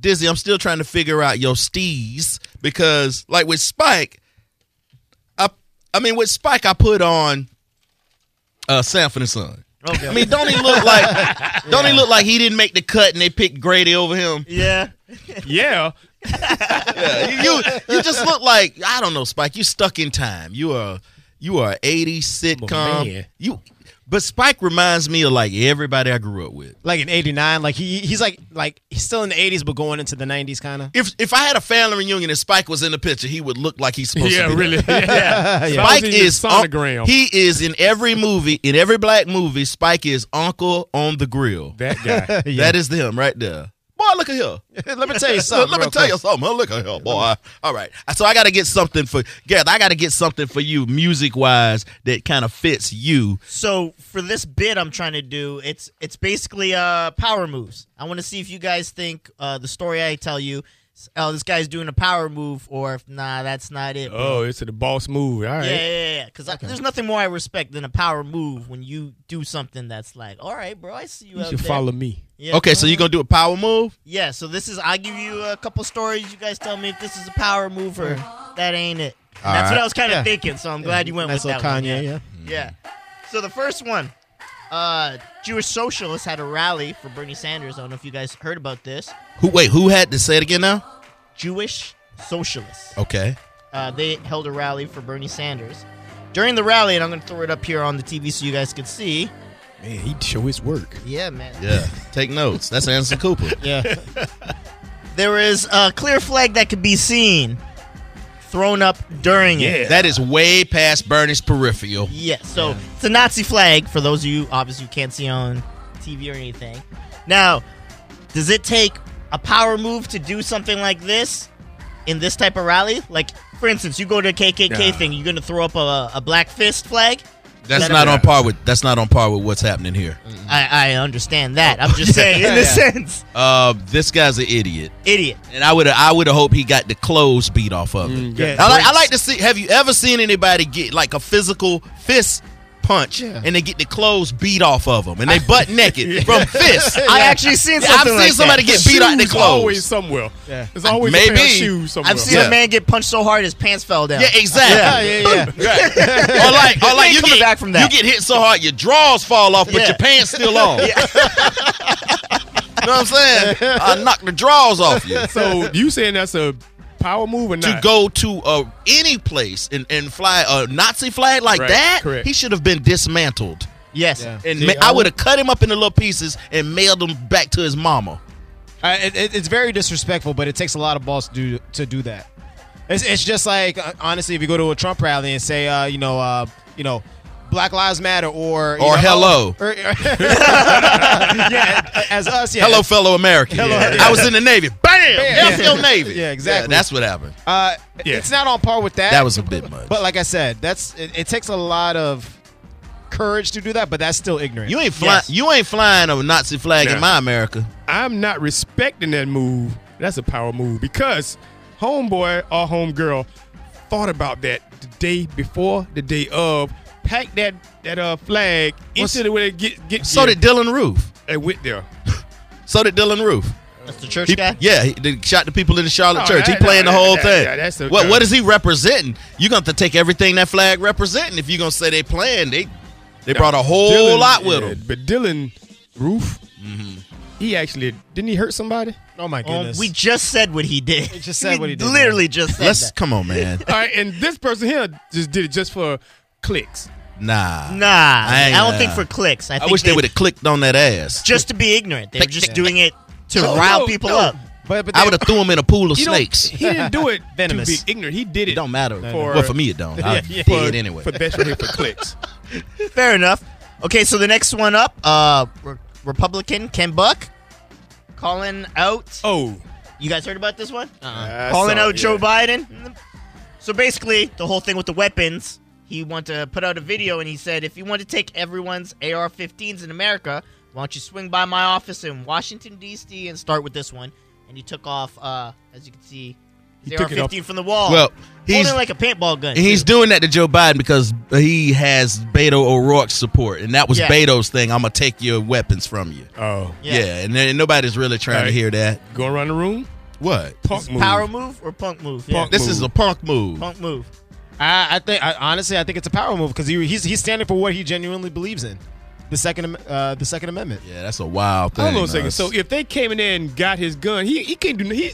Dizzy, I'm still trying to figure out your steez because, like with Spike, I I mean with Spike, I put on uh Sanford and Son. Okay. I mean, don't he look like don't he look like he didn't make the cut and they picked Grady over him? yeah. Yeah. Yeah, you you- you just look like I don't know, Spike. You stuck in time. You are you are eighty sitcom. man. you, but Spike reminds me of like everybody I grew up with. Like in '89, like he he's like like he's still in the '80s, but going into the '90s, kind of. If if I had a family reunion and Spike was in the picture, he would look like he's supposed yeah, to be. there. really. Yeah. Yeah. Spike Sounds in your is un- sonogram. he is in every movie in every black movie. Spike is Uncle on the grill. that guy. That is them right there. Boy, look at here. Let me tell you Let- something. Let me real tell quick. you something. huh? Look at here, boy. All right. So I got to get something for Gareth. I got to get something for you, music wise, that kind of fits you. So for this bit I'm trying to do, it's it's basically uh power moves. I want to see if you guys think uh the story I tell you, oh this guy's doing a power move, or if nah that's not it. bro. Oh, it's a boss move. All right. Yeah, yeah, yeah. Because there's nothing more I respect than a power move when you do something that's like, all right, bro, I see you. You out should there." follow me. Yeah. Okay, so you're gonna do a power move. Yeah. So this is. I give you a couple stories. You guys tell me if this is a power move or that ain't it. And that's what I was kind of Yeah. thinking. So I'm glad you went nice with that little one. Kanye. Yeah. Yeah. So the first one, uh, Jewish socialists had a rally for Bernie Sanders. I don't know if you guys heard about this. Who? Wait, who had to say it again now? Jewish socialists. Okay. Uh, they held a rally for Bernie Sanders. During the rally, and I'm going to throw it up here on the TV so you guys could see. Man, he'd show his work. Yeah, man. Yeah. Take notes. That's Anderson Cooper. Yeah. There is a clear flag that could be seen thrown up during it. That is way past Bernie's peripheral. Yeah, so it's a Nazi flag for those of you obviously you can't see on TV or anything. Now, does it take a power move to do something like this in this type of rally? Like, for instance, you go to a KKK Nah. thing, you're gonna throw up a, a black fist flag. That's Let not him- on par with. That's not on par with what's happening here. I, I understand that. I'm just saying, in Yeah, a yeah. sense, Uh, this guy's an idiot, idiot. and I would I would have hoped he got the clothes beat off of it. yeah. I like I like to see. Have you ever seen anybody get like a physical fist? Punch and they get the clothes beat off of them, and they butt naked from fists. I actually seen I've something seen like that. somebody get beat out the Shoes clothes. Always somewhere. Yeah. There's always a pair of Maybe. shoes somewhere. I've seen Yeah. a man get punched so hard his pants fell down. Yeah, exactly. Yeah, yeah, Right. or like, or like ain't you coming get back from that. You get hit so hard, your drawers fall off, but Yeah. your pants still on. you know what I'm saying? I knock the drawers off you. So you saying that's a power move or not? to go to uh, any place and, and fly a Nazi flag like Right, that, correct. he should have been dismantled. Yes. Yeah. And See, ma- I I would- would have cut him up into little pieces and mailed him back to his mama. Uh, it, it, it's very disrespectful, but it takes a lot of balls to do to do that. It's, it's just like uh, honestly, if you go to a Trump rally and say, uh, you know, uh, you know, Black Lives Matter, or you Or know, hello. or- or- yeah, as us, yeah, Hello, fellow American. Hello. I was in the Navy. Bam! F Yeah. your Navy. Yeah, exactly. that's what happened. Uh, Yeah. It's not on par with that. That was a bit much. but like I said, that's it, it takes a lot of courage to do that, but that's still ignorant. you ain't flying. Yes. You ain't flying a Nazi flag Nah. in my America. I'm not respecting that move. That's a power move because homeboy or homegirl thought about that the day before, the day of, packed that that uh flag into the way it get get So did Dylan Roof. and went there. So did Dylan Roof. That's the church He- guy. yeah, he did- shot the people in the Charlotte Oh, church. that- he playing that- the whole that- thing. yeah, that's a- what what is he representing? You're gonna have to take everything that flag representing if you're gonna say they playing. They they brought a whole Dylan- lot with Mm-hmm. yeah, them. But Dylan Roof, he actually didn't he hurt somebody? oh my Um, goodness, we just said what he did. We just said what he did, Literally just said Let's that. come on, man. All right, and this person here just did it just for clicks. Nah. I Nah, I, ain't don't gonna- think for clicks. I, I think wish they, they would have clicked on that ass. just to be ignorant. They were just doing it to No, rile no, people no. up. but, but I they- would have threw him in a pool of You don't- snakes. He didn't do it Venomous. to be ignorant. He did it. It don't matter. For- well, for me it don't. I Yeah, did it for- anyway. For best for clicks. Fair enough. Okay, so the next one up, uh, Re- Republican Ken Buck calling out. Oh. You guys heard about this one? Uh-uh. I calling saw out it, Joe yeah. Biden. So basically, the whole thing with the weapons, he wanted to put out a video and he said, if you want to take everyone's AR-15s in America, why don't you swing by my office in Washington D.C. and start with this one? And he took off, uh, as you can see, He Zero took it off. 15 from the wall. Well, he's- holding like a paintball gun. And he's too. doing that to Joe Biden because he has Beto O'Rourke's support, and that was Yeah. Beto's thing. I'm gonna take your weapons from you. Oh, Yeah, and, then nobody's really trying to Right. hear that. go around the room. What? Punk move. power move or punk move. Yeah. Punk. This is a punk move. Punk move. I, I think I, honestly, I think it's a power move because he, he's he's standing for what he genuinely believes in, the second Am- uh, the Second Amendment. Yeah, that's a wild thing. Hold on a man. second. So if they came in there and got his gun, he he can't do he.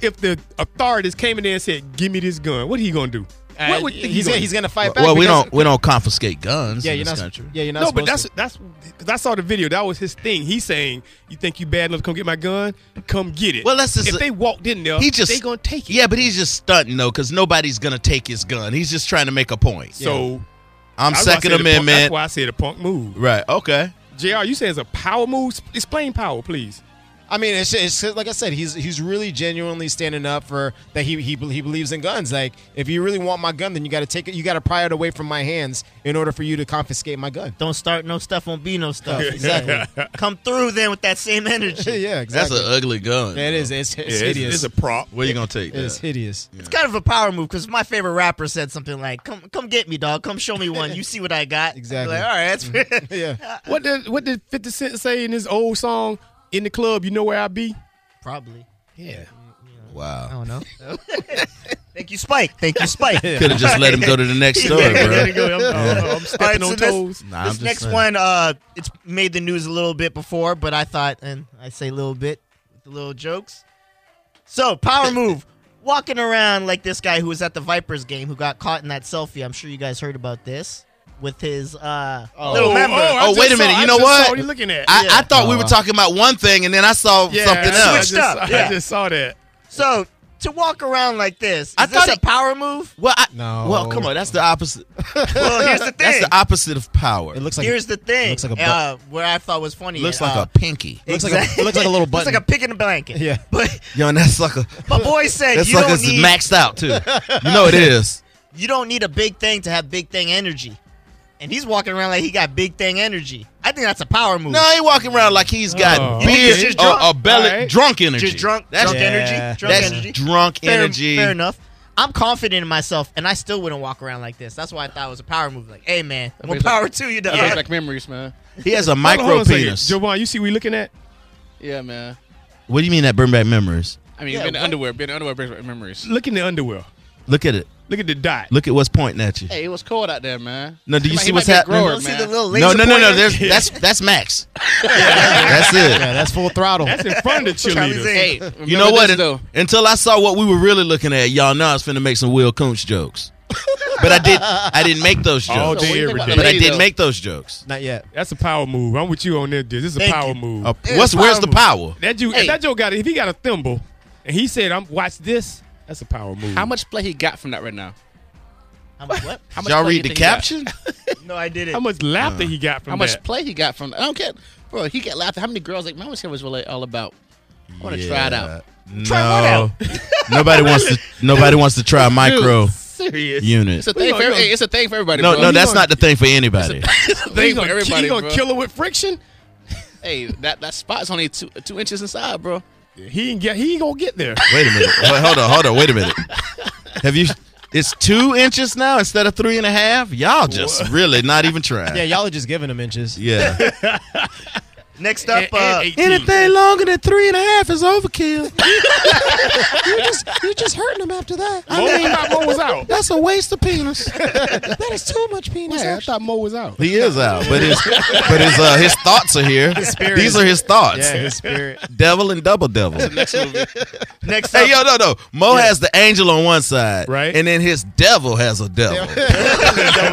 If the authorities came in there and said, "Give me this gun," what he gonna do? Uh, What would- he he's gonna- gonna, he's gonna fight well, back. well, we because- don't we don't confiscate guns Yeah, in you're this not. country. Yeah, you're not. No, but supposed that's to. that's because I saw the video. That was his thing. He's saying, "You think you bad enough to come get my gun? Come get it." Well, that's just if a- they walked in there, He just they gonna take it. Yeah, but he's just stunting though, because nobody's gonna take his gun. He's just trying to make a point. So I'm that's why I Second said the punk- Amendment. That's why I said a punk move. Right. Okay. Jr. You saying it's a power move? S- Explain power, please. I mean, it's, it's like I said, he's he's really genuinely standing up for that. He he he believes in guns. Like, if you really want my gun, then you got to take it. You got to pry it away from my hands in order for you to confiscate my gun. Don't start no stuff, won't be no stuff. Exactly. Come through then with that same energy. yeah, That's exactly. an ugly gun. yeah, it is. It's, it's Yeah, hideous. It's, it's a prop. Where you gonna take It is that? hideous. It's kind of a power move because my favorite rapper said something like, "Come, come get me, dog. Come show me one. You see what I got." Exactly. Like, all right, that's Mm-hmm. Yeah. What did what did Fifty Cent say in his old song? In the club, you know where I be. probably. Yeah. I Wow. don't know. Thank you, Spike. Thank you, Spike. Could have just let him go to the next Yeah, story, bro. gotta go. I'm- I'm- I'm Stepping All on right, so toes. Nah, I'm this just next saying. one, uh, it's made the news a little bit before, but I thought, and I say little bit with the little jokes. So, power move. Walking around like this guy who was at the Vipers game who got caught in that selfie. I'm sure you guys heard about this with his uh, little member. I Oh, just wait a minute. saw- You I know just what? saw you looking at? I, Yeah. I thought we were talking about one thing, and then I saw something I else. just- Switched up, I yeah. just saw that. So, to walk around like this, is I this thought a he- power move? Well, I, No. Well, come on. That's the opposite. Well, here's the That's thing. the opposite of power. It It looks like here's the thing. looks like a bu- uh, where I thought was funny. looks uh, like a pinky. Looks like a- Exactly. it looks like a little Looks like button. a pig in a blanket. Yeah. But Yo, and that's like a my boy said that's you like don't it's need maxed out too. You know it is. you don't need a big thing to have big thing energy. And he's walking around like he got big thing energy. I think that's a power move. No, he walking around like he's got Oh. You think he's beer just or drunk? a belly Alright. drunk energy. just drunk, That's drunk Yeah. energy, drunk that's energy. drunk Fair, energy. fair enough. I'm confident in myself, and I still wouldn't walk around like this. That's why I thought it was a power move. Like, hey man, more brings up- power to you, dog. Yeah. Like memories, man. He has a Hold micro on, hold on a second. penis. Javon, you see we looking at? Yeah, man. What do you mean that bring back memories? I mean, Yeah, being in what? underwear, being in underwear brings back memories. Look in the underwear. Look at it. Look at the dot. Look at what's pointing at you. Hey, it was cold out there, man. No, do He you might- see he what's might be a happening? grower, Don't see man. the little No, laser no, no, no. pointer? There's, that's that's Max. that's it. yeah, that's full throttle. That's in front of the Charlie's cheerleaders. in. Hey, You know what? This, though. Until I saw what we were really looking at, y'all know I was finna make some Will Koontz jokes. but I did I didn't make those jokes. All day, what do you every think day. about but I Lady, did though. make those jokes. Not yet. That's a power move. I'm with you on this. This is a Thank power you. move. Uh, Yeah, what's power where's the move. power? That you, Hey. if that Joe got it. If he got a thimble, and he said, "I'm watch this." That's a power move. How much play he got from that right now? I'm like, what? How much Y'all play you read the think he got? caption? No, I didn't. How much laughter he got from How much that? play he got from? I don't care, bro. He get laughed. at. How many girls like? Man, what's his really all about? I want to try it out. No. Try what out? nobody wants to nobody wants to try micro Dude, serious. unit. It's a thing gonna- for every, we gonna- hey, It's a thing for everybody. No, bro. no, You that's gonna- not the thing for anybody. It's a thing You for gonna, everybody. you gonna bro. kill her with friction? Hey, that that spot's only two two inches inside, bro. He ain't get. He ain't gonna get there. Wait a minute. Wait, hold on, hold on, wait a minute. Have you it's two inches now instead of three and a half? Y'all just really not even trying. Yeah, y'all are just giving him inches. yeah. Next up, And- uh, and 18. Anything longer than three and a half is overkill. you're just you're just hurting him after that. Mo, I thought Mo was out. That's a waste of penis. That is too much penis. Yeah, I thought Mo was out. He is out, but his but his uh, his thoughts are here. spirit These is- are his thoughts. Yeah, his spirit. Devil and double devil. Next movie. next up, Hey yo, no, no. Mo has the angel on one side, Right. and then his devil has a devil.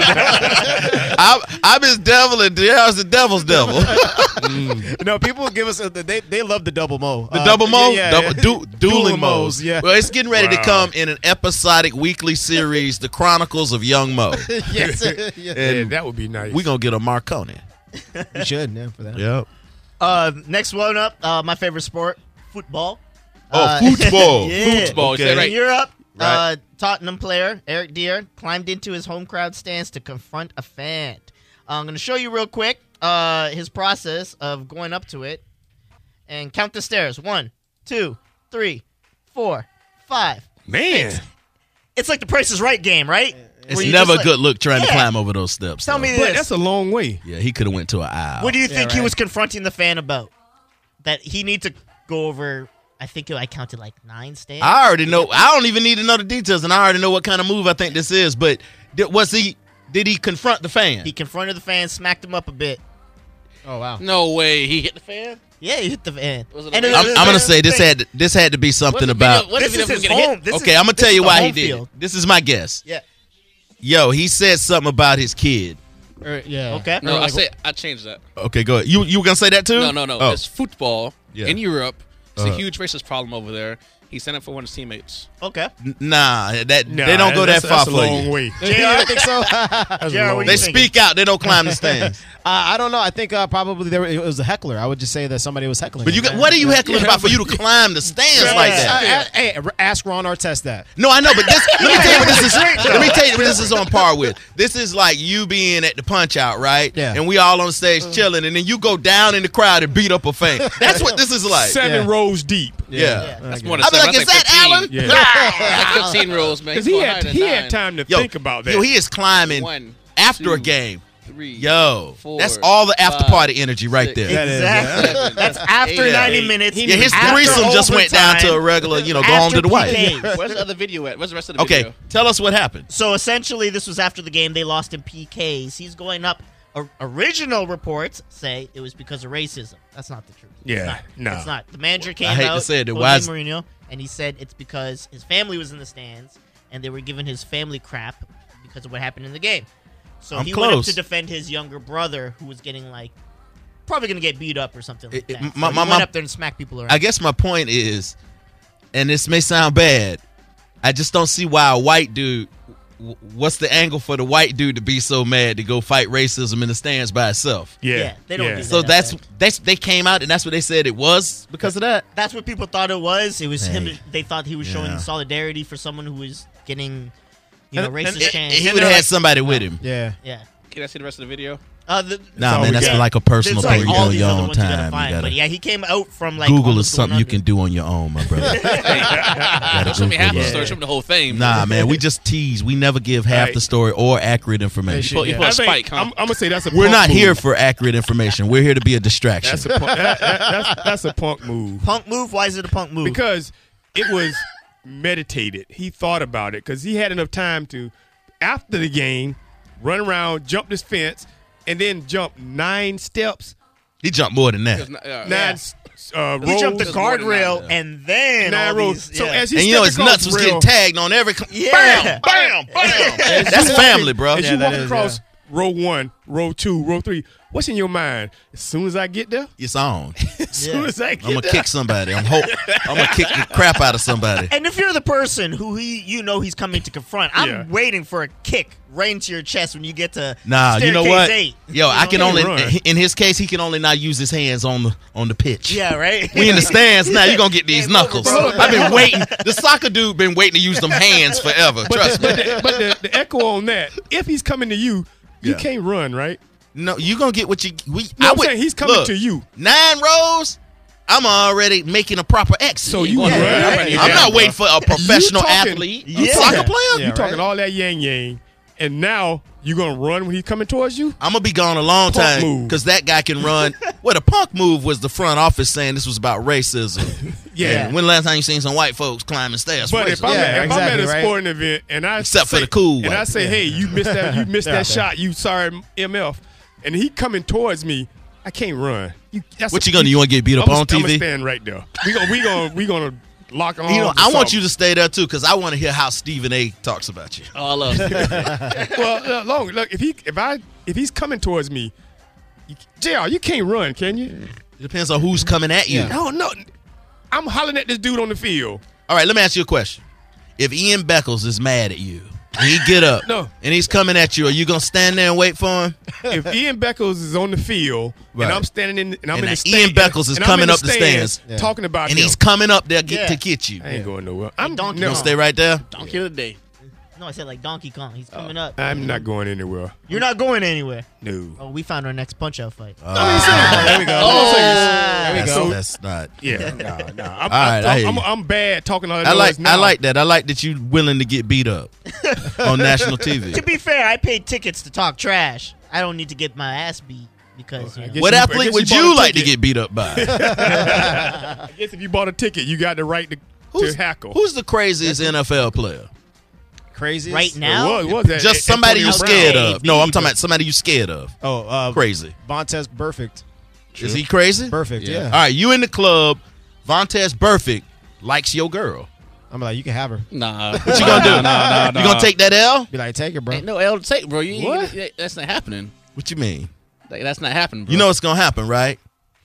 I'm, I'm his devil, and there's the devil's devil. The No, people give us a, they they love the double mo. Uh, The double mo, double du- dueling Dueling Moes, mo's. yeah. Well, it's getting ready to Wow. come in an episodic weekly series, The Chronicles of Young Mo, yes, yeah. Yeah, and that would be nice. we gonna get a Marconi. You should, yeah, for that. Yep. uh, next one up, uh, my favorite sport, football. Oh, Uh, football. yeah. Football, is that Okay. right? In Europe, uh, Right. Tottenham player Eric Deere climbed into his home crowd stands to confront a fan. Uh, I'm going to show you real quick uh, his process of going up to it and count the stairs. One, two, three, four, five, Man. It's like the Price is Right game, right? It's Where you never just a like- good look trying to Yeah. climb over those steps. Tell though. me But this. that's a long way. Yeah, he could have went to an aisle. what do you think he Oh, right. was confronting the fan about? That he need to go over. I think I counted like nine stands. I already know. I don't even need to know the details, and I already know what kind of move I think this is. But did, was he? Did he confront the fan? he confronted the fan, smacked him up a bit. Oh wow. No way. He hit the fan. Yeah, he hit the fan. Was it And a- it was- I'm, I'm gonna say this thing- had this had to be something about. What this if is he his get hit? home. This is- okay, I'm gonna this tell is you the why home he did field. it. This is my guess. Yeah. Yo, he said something about his kid. yeah. Okay. No, I Like, say I changed that. Okay, go ahead. You you were gonna say that too? No, no, no. Oh. It's football Yeah. in Europe. It's Uh-huh. a huge racist problem over there. He sent up for one of his teammates. Okay. N- Nah, that Nah, they don't go that that's- far that's for a long you. way. Yeah, I think so. That's Yeah, a long we- way. They you speak out. They don't climb the stands. Uh, I don't know. I think uh, probably there were, it was a heckler. I would just say that somebody was heckling. But you, him. got, what are you heckling about for you to climb the stands like Uh, that? uh, hey, ask Ron Artest that. No, I know, but this let me tell you what this is. Let me tell you what this is on par with. This is like you being at the punch out, right? Yeah. And we all on stage chilling, and then you go down in the crowd and beat up a fan. That's what this is like. Yeah. Seven Yeah. rows deep. Yeah. That's more than I'd be like, seven. I is think that 15. Allen? Yeah. I think 15 rules, man. Because He's he going had higher he than had nine. time to Yo, think about that. Yo, he is climbing One, after a two, game. Three. Yo, four, that's all the after five, party energy right six. there. That is, yeah. Exactly. seven, That's after eight. 90 minutes. Yeah, his after threesome just went down overtime, to a regular, you know, go home after to the wife. PK. Where's the other video at? Where's the rest of the Okay, video? tell us what happened. So essentially, this was after the game. They lost in PKs. He's going up. O- original reports say it was because of racism. That's not the truth. Yeah, it's not. no. It's not. The manager came I hate to out, say it, it Jose was- Mourinho, and he said it's because his family was in the stands and they were giving his family crap because of what happened in the game. So I'm he went up close. to defend his younger brother who was getting like probably going to get beat up or something like It- it- that. So my- he my- went my- up there and smacked people around. I guess my point is, and this may sound bad, I just don't see why a white dude. w- What's the angle for the white dude to be so mad to go fight racism in the stands by itself? yeah, Yeah, they don't yeah. do that. So that's that's they came out and that's what they said it was because of that. That's what people thought it was. It was Hey. him. They thought he was Yeah. showing solidarity for someone who was getting, you know, And- racist and- chants. He would have had somebody with him. Yeah. yeah. Can I see the rest of the video? Uh, the, Nah, all man, we that's got. like a personal there's, like, thing you do all on these your other own ones you time. gotta find. You but gotta yeah, he came out from like Google almost is something going you under. can do on your own, my brother. You gotta Don't Uh, show me Google half the it. story. Show me the whole thing. Nah, man, we just tease. We never give half Right. the story or accurate information. Put- you put I a think- spike, huh? I'm, I'm gonna say that's a. We're punk not move. here for accurate information. We're here to be a distraction. That's a punk, that, that, that's, that's a punk move. Punk move. Why is it a punk move? because it was meditated. He thought about it because he had enough time to, after the game, run around, jump this fence, and then jump nine steps, he jumped more than that. It's not- yeah. nine s- uh, he rows, jumped the There's more than that, guardrail and then nine all rows. these- So yeah. as he And you know stepped his across nuts the was rail, getting tagged on every. co- yeah. Bam! Bam! That's family, bro. As Yeah, you that walk is, across yeah. row one, row two, row three, what's in your mind? As soon as I get there, It's on. as soon as I get I'm gonna there, kick somebody. I'm hope. I'm gonna kick the crap out of somebody. And if you're the person who he, you know, he's coming to confront, I'm Yeah. waiting for a kick right into your chest when you get to Nah, you know staircase what? Eight. Yo, I can He only run. in his case he can only not use his hands on the on the pitch. Yeah, right. We in the stands now. You are gonna get these knuckles. bro. I've been waiting. The soccer dude been waiting to use them hands forever. Trust me. but, the, but the, the echo on that, if he's coming to you, you Yeah. can't run, right? No, you gonna get what you. We, No, I I'm would, saying he's coming look, to you. Nine rows. I'm already making a proper exit. So you Yeah. run. right. I'm Yeah, not bro. waiting for a professional talking- athlete, you a talking- soccer player. you talking all that yang yang, and now you gonna run when he's coming towards you? I'm gonna be gone a long Punk time move. because that guy can run. well, the punk move was the front office saying this was about racism. Yeah. And when the last time you seen some white folks climbing stairs? But Racism. if I'm, Yeah, at, if I'm exactly, at a right? sporting event and I Except for say- the cool and I ones. say, hey, you missed that, you missed They're that out there. shot, you sorry MF, and he coming towards me, I can't run. You, that's what you gonna? do? You want to get beat up I'm on I'm TV? stand right there. We gonna we gonna we gonna lock on. You know, I want you to stay there too because I want to hear how Stephen A. talks about you. All of well, uh, long look if he if I if he's coming towards me, you, Jr. You can't run, can you? It depends on who's coming at you. No, no. I'm hollering at this dude on the field. All right, let me ask you a question. If Ian Beckles is mad at you, and he get up, No. and he's coming at you, are you gonna stand there and wait for him? if Ian Beckles is on the field Right. and I'm standing in, and I'm And in the that Ian stand, Beckles is and I'm coming in the up the stands, stands. Yeah. talking about And him. he's coming up there get, Yeah. to get you. I ain't going nowhere. I'm donkey You no. gonna stay right there? Donkey of the day. No, I said like Donkey Kong. Oh. He's coming up. I'm not going anywhere. You're not going anywhere. No. Oh, we found our next punch out fight. Uh, there we go. Oh. There we that's, go. that's not. Yeah. Nah, nah. right, I'm, I'm, I hear I'm, you. I'm bad talking all that I like noise now. I like that. I like that you willing to get beat up on national TV. to be fair, I paid tickets to talk trash. I don't need to get my ass beat because Well, you I know, guess What you- I athlete guess would you bought you a like to ticket. get beat up by? I guess if you bought a ticket, you got the right to, Who's- to hackle. Who's the craziest NFL player? Crazy right It now. was, was that Just Antonio somebody you Brown. scared of. No, I'm talking about somebody you scared of. Oh, uh, Crazy. Vontez perfect, Is he crazy? perfect. Yeah. All right, you in the club. Vontez Perfect likes your girl. I'm like, you can have her. Nah. What you gonna do? You gonna take that L? Be like, take her, bro. Ain't no L to take, bro. You, What? You, that's not happening. What you mean? Like, that's not happening, bro. You know what's gonna happen, right?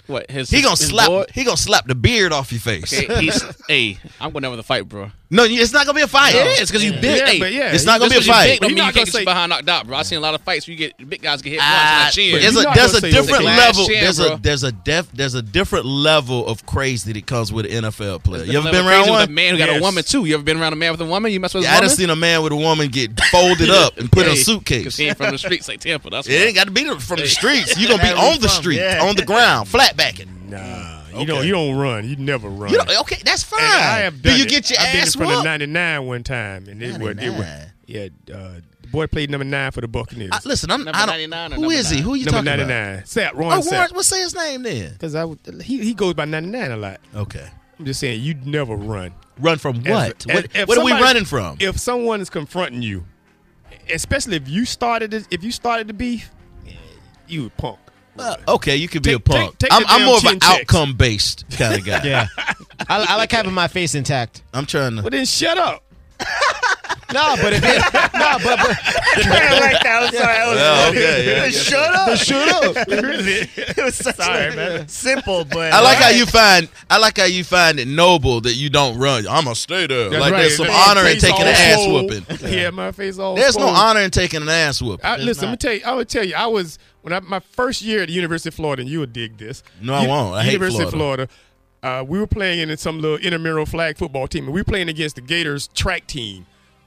what? His, He gonna his slap. board- He gonna slap the beard off your face. Hey, he's, hey, I'm going over the fight, bro. No, it's not gonna be a fight. It is because you big. Yeah, hey, but yeah, It's not gonna be a just 'cause You fight. big, But don't mean you're you not can't gonna get your say- behind knocked out, bro. I seen a lot of fights where you get big guys get hit Ah, once and not there's cheered. a not there's gonna a say different okay. level. Last year, There's bro. a there's a def, there's a different level of crazy that comes with an NFL player. You ever Level been around crazy with one? A man who got Yes. a woman too. You ever been around a man with a woman? You mess with a Yeah, I woman? done seen a man with a woman get folded up and put in a Cause suitcase. he ain't from the streets like Tampa. That's It ain't got to be the- from the streets. You're gonna be on the from, street, yeah. on the ground, flat backing. Nah, you don't. You don't run. You never run. You know, okay, that's fine. And I have done Ah, Do you it. get your I've been in ass front of whooped? ninety nine one time, and it was, it was 99. yeah. Uh, the boy played number nine for the Buccaneers. I- listen, I'm Number I don't- 99 or Who number is he? nine? Who Uh, you number talking ninety about? nine, Sap Oh, Ron Warren, Sapp. what's say his name then? Because I would- he he goes by ninety nine a lot. Okay, I'm just saying you never run. run from As- what? as- what if what are we somebody- running from? If someone is confronting you, especially if you started it- if you started the beef, eh, you would punk. Uh, okay, you could be Take- a punk. take- take I'm, the I'm damn more of an chin checks. outcome based kind of guy. Yeah. I, I like having my face intact. I'm trying to. Well then, shut up. No, but if it, no, but, but I like that. I'm sorry. I was Well, Oh, okay, yeah, yeah. Shut up. shut up. Really? It was such Sorry, a, man. simple, but I like how you find. I like how you find it noble that you don't run. I'ma stay there. That's like right. there's some My honor in face taking an all ass swole. whooping. Yeah, my face all. There's no swole. honor in taking an ass whooping. I, There's listen, not. I'm gonna tell you. I would tell you. I was when I my first year at the University of Florida, and you would dig this. No, I U- won't. I hate University Florida. of Florida. Uh, we were playing in some little intramural flag football team, and we were playing against the Gators track team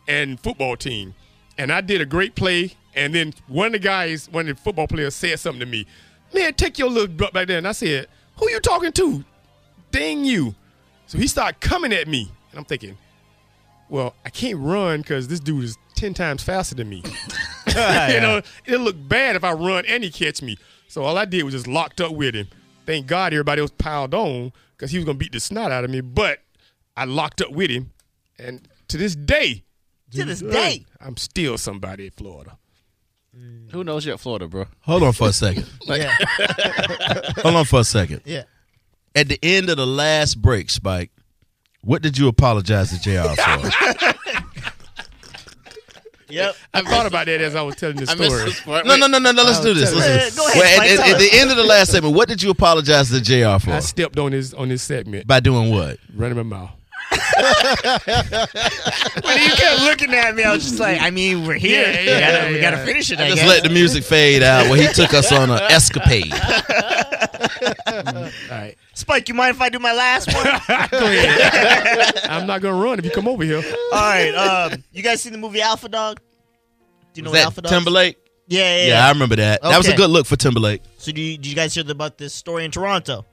and football team. And I did a great play, and then one of the guys, one of the football players, said something to me. Man, take your little butt back there. And I said, "Who you talking to? Dang you!" So he started coming at me, and I'm thinking, "Well, I can't run because this dude is ten times faster than me." you know, it'll look bad if I run and he catch me. So all I did was just locked up with him. Thank God everybody was piled on because he was gonna beat the snot out of me. But I locked up with him, and to this day, to this day. I'm still somebody in Florida. Who knows you're at Florida, bro? Hold on for a second. Yeah, Hold on for a second. yeah. At the end of the last break, Spike, what did you apologize to Jr. for? Yep. I thought about that as I was telling this I missed story. this part. no, no, no, no, no. Let's do this. tell Let's do you. this. Uh, go ahead, Well, at- Spike, at, tell at the end of the last segment, what did you apologize to Jr. for? I stepped on his on his segment, By doing what? running my mouth. When you kept looking at me, I was just like, I mean, we're here. Yeah, we, yeah, gotta, we yeah. gotta finish it. I, Just guess. let the music fade out. Well, he took us on an escapade. All right, Spike, you mind if I do my last one? go ahead. I'm not gonna run if you come over here. All right. Um, you guys seen the movie Alpha Dog? Do you Was know what that Alpha Dog? Timberlake? Yeah, yeah. Yeah. yeah. I remember that. That was a Okay. good look for Timberlake. so, do you, do you guys hear about this story in Toronto?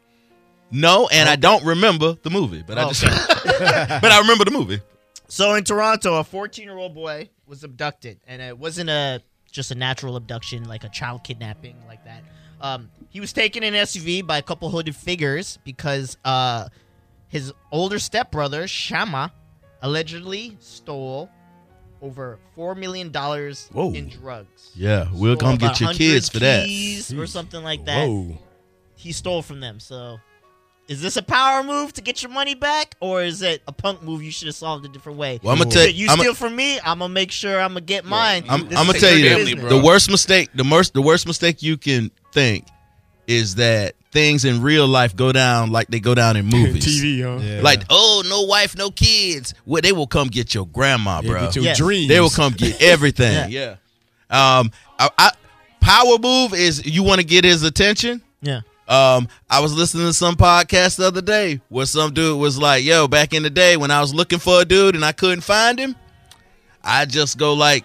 No, and I don't remember the movie, but I just but I remember the movie. So in Toronto, a 14 year old boy was abducted, and it wasn't a just a natural abduction, like a child kidnapping, like that. Um, he was taken in an SUV by a couple hooded figures because uh, his older stepbrother Shama allegedly stole over four million dollars Whoa. in drugs. Yeah, we'll Stole come about get your 100 kids for that. keys or something like that. Whoa. He stole from them. So, is this a power move to get your money back, or is it a punk move you should have solved a different way? Well, I'm gonna tell Shit, you I'm steal from me, I'm gonna make sure I'm gonna get mine. I'm, This I'm gonna is tell your you family, this. business. bro. the worst mistake, the worst, the worst mistake you can think is that things in real life go down like they go down in movies. TV, huh? Yeah. Like, oh, no wife, no kids. Well, they will come get your grandma, Yeah, bro. get your Yes. dreams. They will come get everything. yeah. Um, I, I, power move is you want to get his attention. Yeah. Um, I was listening to some podcast the other day where some dude was like, "Yo, back in the day when I was looking for a dude and I couldn't find him, I just go like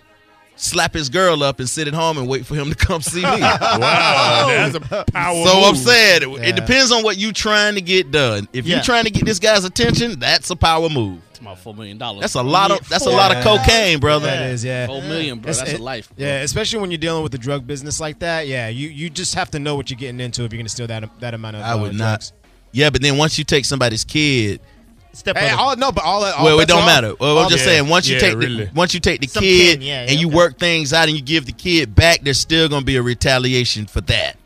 slap his girl up and sit at home and wait for him to come see me. Wow, that's a power. so I'm move. saying it, it Yeah. depends on what you trying to get done. If Yeah. you're trying to get this guy's attention, that's a power move. It's about four million dollars. That's a lot of that's a Yeah. lot of cocaine, brother. That is, yeah. Four million, Oh, bro. It's- That's it- a life. Bro. Yeah, especially when you're dealing with the drug business like that. Yeah, you, you just have to know what you're getting into if you're going to steal that that amount of. I uh, would not. drugs. Yeah, but then once you take somebody's kid, Step Hey, on all, no, but all, Oh, all Oh, well, it bets are don't off. matter. Well, I'm All- just Yeah. saying once you Yeah, take the, really. once you take the Some kid kid, yeah, and yeah, you okay. work things out and you give the kid back, there's still gonna be a retaliation for that.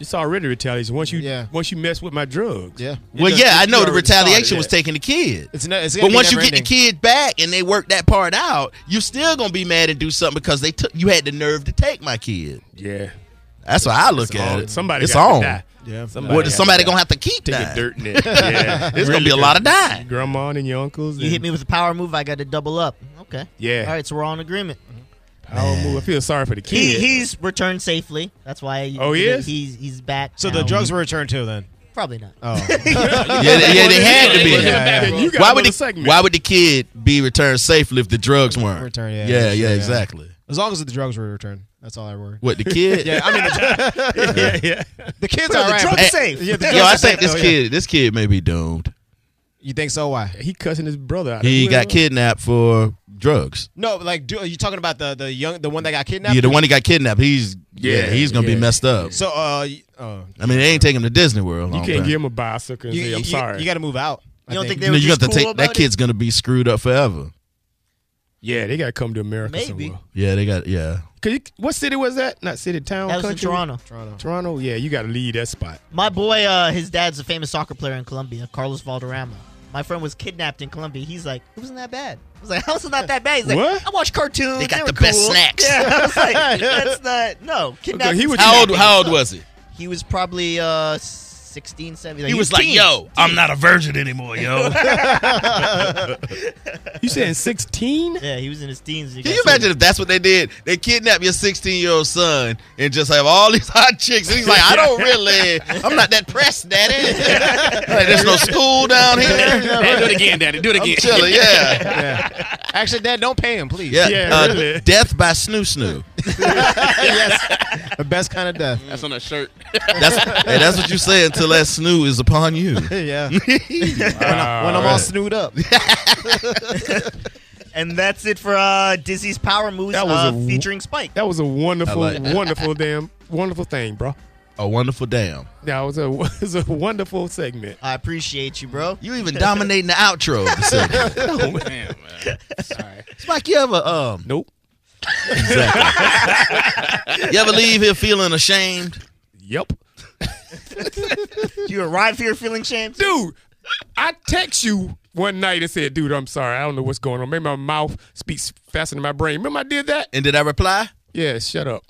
it's already retaliation. Once you Yeah. once you mess with my drugs, Yeah. You well, just- yeah, I you know the already retaliation started was that. taking the kid. It's, no, it's gonna But be once you get the never-ending. kid back and they work that part out, you're still gonna be mad and do something because they took you had the nerve to take my kid. Yeah, That's what I look at on. it. Somebody it's got to on. die. Yeah. Somebody Well, got somebody to die. gonna have to keep take that. your dirt in it. Yeah, There's gonna be a lot of dying. grandma and your uncles. You and hit me with a power move, I got to double up. Okay. Yeah. All right, so we're all in agreement. Power move. I feel sorry for the kid. He, he's returned safely. That's why. Oh, he is? He's he's back. So now. the drugs were returned too then. probably not. Oh. Yeah, they, yeah, they had to be. Yeah, yeah. Then you got Why would another the segment. Why would the kid be returned safely if the drugs weren't? Returned, yeah. yeah, Yeah. exactly. as long as the drugs were returned. That's all I worry. What the kid? Yeah, I mean, the, yeah, yeah. the kids are right. drugs but- Hey, safe. Yeah, the Yo, drugs I are think safe, this though, yeah. kid, this kid may be doomed. You think so? Why? He cussing his brother out. He Who got is- kidnapped for drugs. No, like, do, are you talking about the the young, the one that got kidnapped? Yeah, the one he got kidnapped. He's yeah, Yeah, he's gonna be yeah. messed up. So, uh, you, oh, I mean, they ain't taking him to Disney World. You can't give him a bicycle and you, say, "I'm you- sorry." You, got to move out. I You don't think You, they were know, you just got to cool take that about it? kid's gonna be screwed up forever. yeah, they got to come to America Maybe. somewhere. Yeah, they got yeah. Cause you, what city was that? Not city, town. That was in country? Toronto. Toronto? Toronto. Yeah, you got to leave that spot. My boy, uh, his dad's a famous soccer player in Colombia, Carlos Valderrama. My friend was kidnapped in Colombia. He's like, it wasn't that bad. I was like, how is it not that bad? He's like, What? I watch cartoons. They got were the best cool." snacks. Yeah, I was like, that's not no kidnapping. he was- How old? How old was he? He was probably uh 16, 17. He was like, teen. "Yo, I'm not a virgin anymore, yo." You saying 16? Yeah, he was in his teens. Can you imagine if that's what they did? They kidnap your 16 year old son and just have all these hot chicks. And he's like, I don't really, I'm not that pressed, daddy. like, there's no school down here. Hey, do it again, daddy. Do it I'm again. chilling, yeah. Yeah. Actually, Dad, don't pay him, please. Yeah, Yeah, uh, really. Death by Snoo Snoo. yes. The best kind of death. That's on a shirt. That's, hey, that's what you say until that snoo is upon you. yeah. When, I, am all Alright. snooed up. And that's it for uh Dizzy's Power Moves That was uh, a w- featuring Spike. That was a wonderful, I like that. wonderful damn, wonderful thing, bro. A wonderful damn. That was a was a wonderful segment. I appreciate you, bro. You even dominating the outro of the segment. Damn, man. Sorry. Spike, you ever, um, Nope. exactly. you ever leave here feeling ashamed? Yep. You arrive here feeling shamed. Dude, I text you one night and said, "Dude, I'm sorry. I don't know what's going on. Maybe my mouth speaks faster than my brain." Remember I did that? And did I reply? Yeah. Shut up.